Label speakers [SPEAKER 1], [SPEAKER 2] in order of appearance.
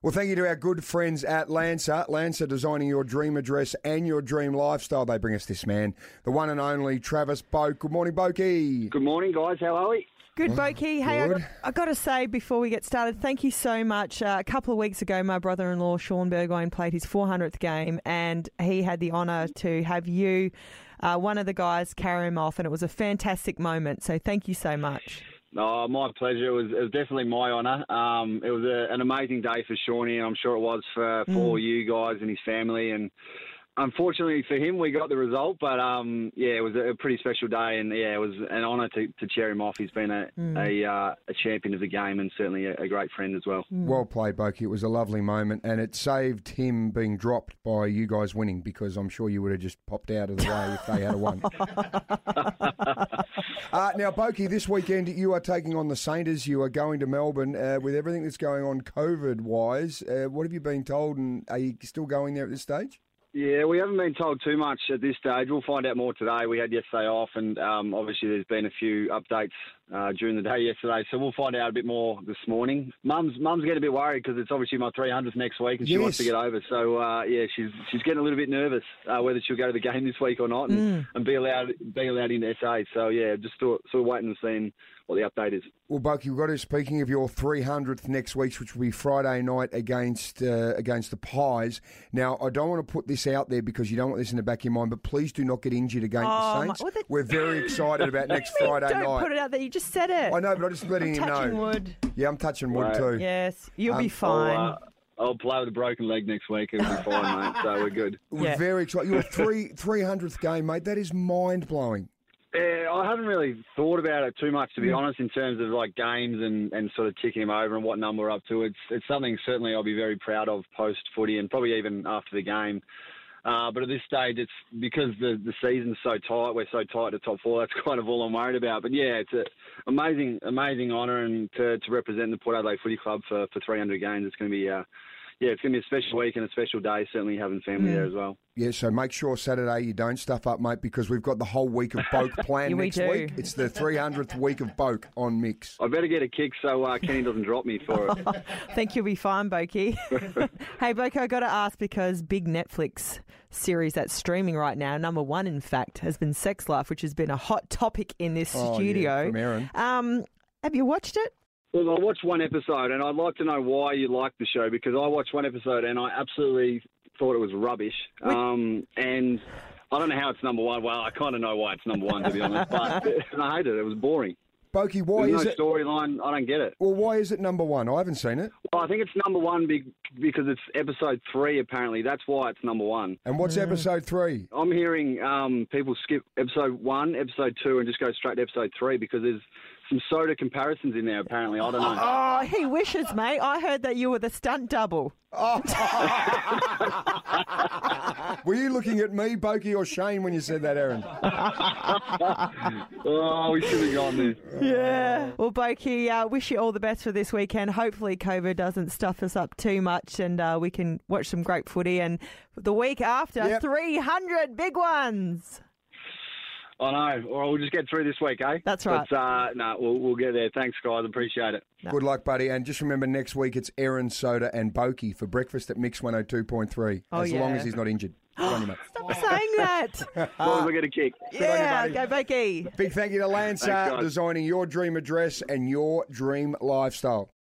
[SPEAKER 1] Well, thank you to our good friends at Lancer. Lancer designing your dream address and your dream lifestyle. They bring us this man, the one and only Travis Boak. Good morning, Boakie.
[SPEAKER 2] Good morning, guys. How are we?
[SPEAKER 3] Good, Boki. Hey,
[SPEAKER 1] good.
[SPEAKER 3] i got to say before we get started, thank you so much. Uh, a couple of weeks ago, my brother in law, Sean Burgoyne, played his 400th game, and he had the honour to have you, uh, one of the guys, carry him off, and it was a fantastic moment. So thank you so much.
[SPEAKER 2] Oh, my pleasure. It was, it was definitely my honour. Um, it was a, an amazing day for Shawnee, and I'm sure it was for, for all you guys and his family. And unfortunately for him, we got the result. But um, yeah, it was a, a pretty special day, and yeah, it was an honour to, to cheer him off. He's been a a, uh, a champion of the game, and certainly a, a great friend as well.
[SPEAKER 1] Well played, Boakie. It was a lovely moment, and it saved him being dropped by you guys winning because I'm sure you would have just popped out of the way if they had won. uh, now, Boakie, this weekend you are taking on the Sainters. You are going to Melbourne uh, with everything that's going on COVID-wise. Uh, what have you been told, and are you still going there at this stage?
[SPEAKER 2] Yeah, we haven't been told too much at this stage. We'll find out more today. We had yesterday off, and um, obviously there's been a few updates uh, during the day yesterday, so we'll find out a bit more this morning. Mum's Mum's getting a bit worried because it's obviously my 300th next week, and she wants to
[SPEAKER 1] Yes.
[SPEAKER 2] get over. So uh, yeah, she's she's getting a little bit nervous uh, whether she'll go to the game this week or not, and, and be allowed be allowed in SA. So yeah, just sort sort of waiting and seeing what the update is.
[SPEAKER 1] Well, Bucky, we've got to speaking of your 300th next week, which will be Friday night against uh, against the Pies. Now, I don't want to put this out there because you don't want this in the back of your mind, but please do not get injured against
[SPEAKER 3] Oh,
[SPEAKER 1] the
[SPEAKER 3] my-
[SPEAKER 1] Saints.
[SPEAKER 3] well, that-
[SPEAKER 1] We're very excited about next
[SPEAKER 3] Please
[SPEAKER 1] Friday
[SPEAKER 3] don't
[SPEAKER 1] night.
[SPEAKER 3] put it out there. You just said it.
[SPEAKER 1] I know, but I'm just letting you
[SPEAKER 3] Touching
[SPEAKER 1] know.
[SPEAKER 3] wood.
[SPEAKER 1] Yeah, I'm touching wood
[SPEAKER 2] Right.
[SPEAKER 1] too.
[SPEAKER 3] Yes, you'll
[SPEAKER 1] Um,
[SPEAKER 3] be fine.
[SPEAKER 2] I'll, uh, I'll play with a broken leg next week. It'll be fine, mate. So we're good.
[SPEAKER 1] We're
[SPEAKER 3] Yeah.
[SPEAKER 1] very excited. Your three 300th game, mate. That is mind blowing.
[SPEAKER 2] Yeah, I haven't really thought about it too much, to be honest, in terms of like games and, and sort of ticking him over and what number we're up to. It's it's something certainly I'll be very proud of post footy and probably even after the game. Uh, but at this stage, it's because the the season's so tight, we're so tight to top four. That's kind of all I'm worried about. But yeah, it's an amazing amazing honour and to, to represent the Port Adelaide Footy Club for, for 300 games. It's going to be uh, yeah, it's going to be a special week and a special day. Certainly having family there as well.
[SPEAKER 1] Yeah, so make sure Saturday you don't stuff up, mate, because we've got the whole week of Boke planned
[SPEAKER 3] Yeah, we
[SPEAKER 1] next
[SPEAKER 3] do.
[SPEAKER 1] week. It's the 300th week of Boke on Mix.
[SPEAKER 2] I better get a kick so uh, Kenny doesn't drop me for it.
[SPEAKER 3] I think you'll be fine, Boki. hey, Boki, I got to ask because big Netflix series that's streaming right now, number one, in fact, has been Sex Life, which has been a hot topic in this
[SPEAKER 1] Oh, yeah,
[SPEAKER 3] studio.
[SPEAKER 1] from Erin.
[SPEAKER 3] Um, have you watched it?
[SPEAKER 2] Well, I watched one episode, and I'd like to know why you like the show because I watched one episode and I absolutely thought it was rubbish. Um, and I don't know how it's number one. Well, I kind of know why it's number one to be honest, but I hated it. It was boring.
[SPEAKER 1] Boakie, why
[SPEAKER 2] There's
[SPEAKER 1] is
[SPEAKER 2] no
[SPEAKER 1] it?
[SPEAKER 2] storyline. I don't get it.
[SPEAKER 1] Well, why is it number one? I haven't seen it.
[SPEAKER 2] Well, I think it's number one be- because it's episode three. Apparently, that's why it's number one.
[SPEAKER 1] And what's episode three?
[SPEAKER 2] I'm hearing um, people skip episode one, episode two, and just go straight to episode three because there's some soda comparisons in there. Apparently, I don't know.
[SPEAKER 3] Oh, he wishes, mate. I heard that you were the stunt double.
[SPEAKER 1] Were you looking at me, Boki, or Shane when you said that, Aaron?
[SPEAKER 2] Oh, we should have gone there.
[SPEAKER 1] Oh.
[SPEAKER 3] Yeah. Well, Boki, uh, wish you all the best for this weekend. Hopefully, COVID doesn't stuff us up too much and uh, we can watch some great footy. And the week after,
[SPEAKER 1] Yep.
[SPEAKER 3] 300 big ones.
[SPEAKER 2] I know. Or we'll just get through this week, eh?
[SPEAKER 3] That's right.
[SPEAKER 2] But uh, no, we'll, we'll get there. Thanks, guys. Appreciate it.
[SPEAKER 1] Good luck, buddy. And just remember, next week it's Aaron Soda and Boki for breakfast at Mix 102.3,
[SPEAKER 3] Oh,
[SPEAKER 1] as long
[SPEAKER 3] yeah.
[SPEAKER 1] as he's not injured. Good on you, mate.
[SPEAKER 3] Stop saying that.
[SPEAKER 2] As long as I get a kick.
[SPEAKER 3] Yeah,
[SPEAKER 1] buddy.
[SPEAKER 3] go Becky.
[SPEAKER 1] Big thank you to Lancer,
[SPEAKER 2] guys.
[SPEAKER 1] designing your dream address and your dream lifestyle.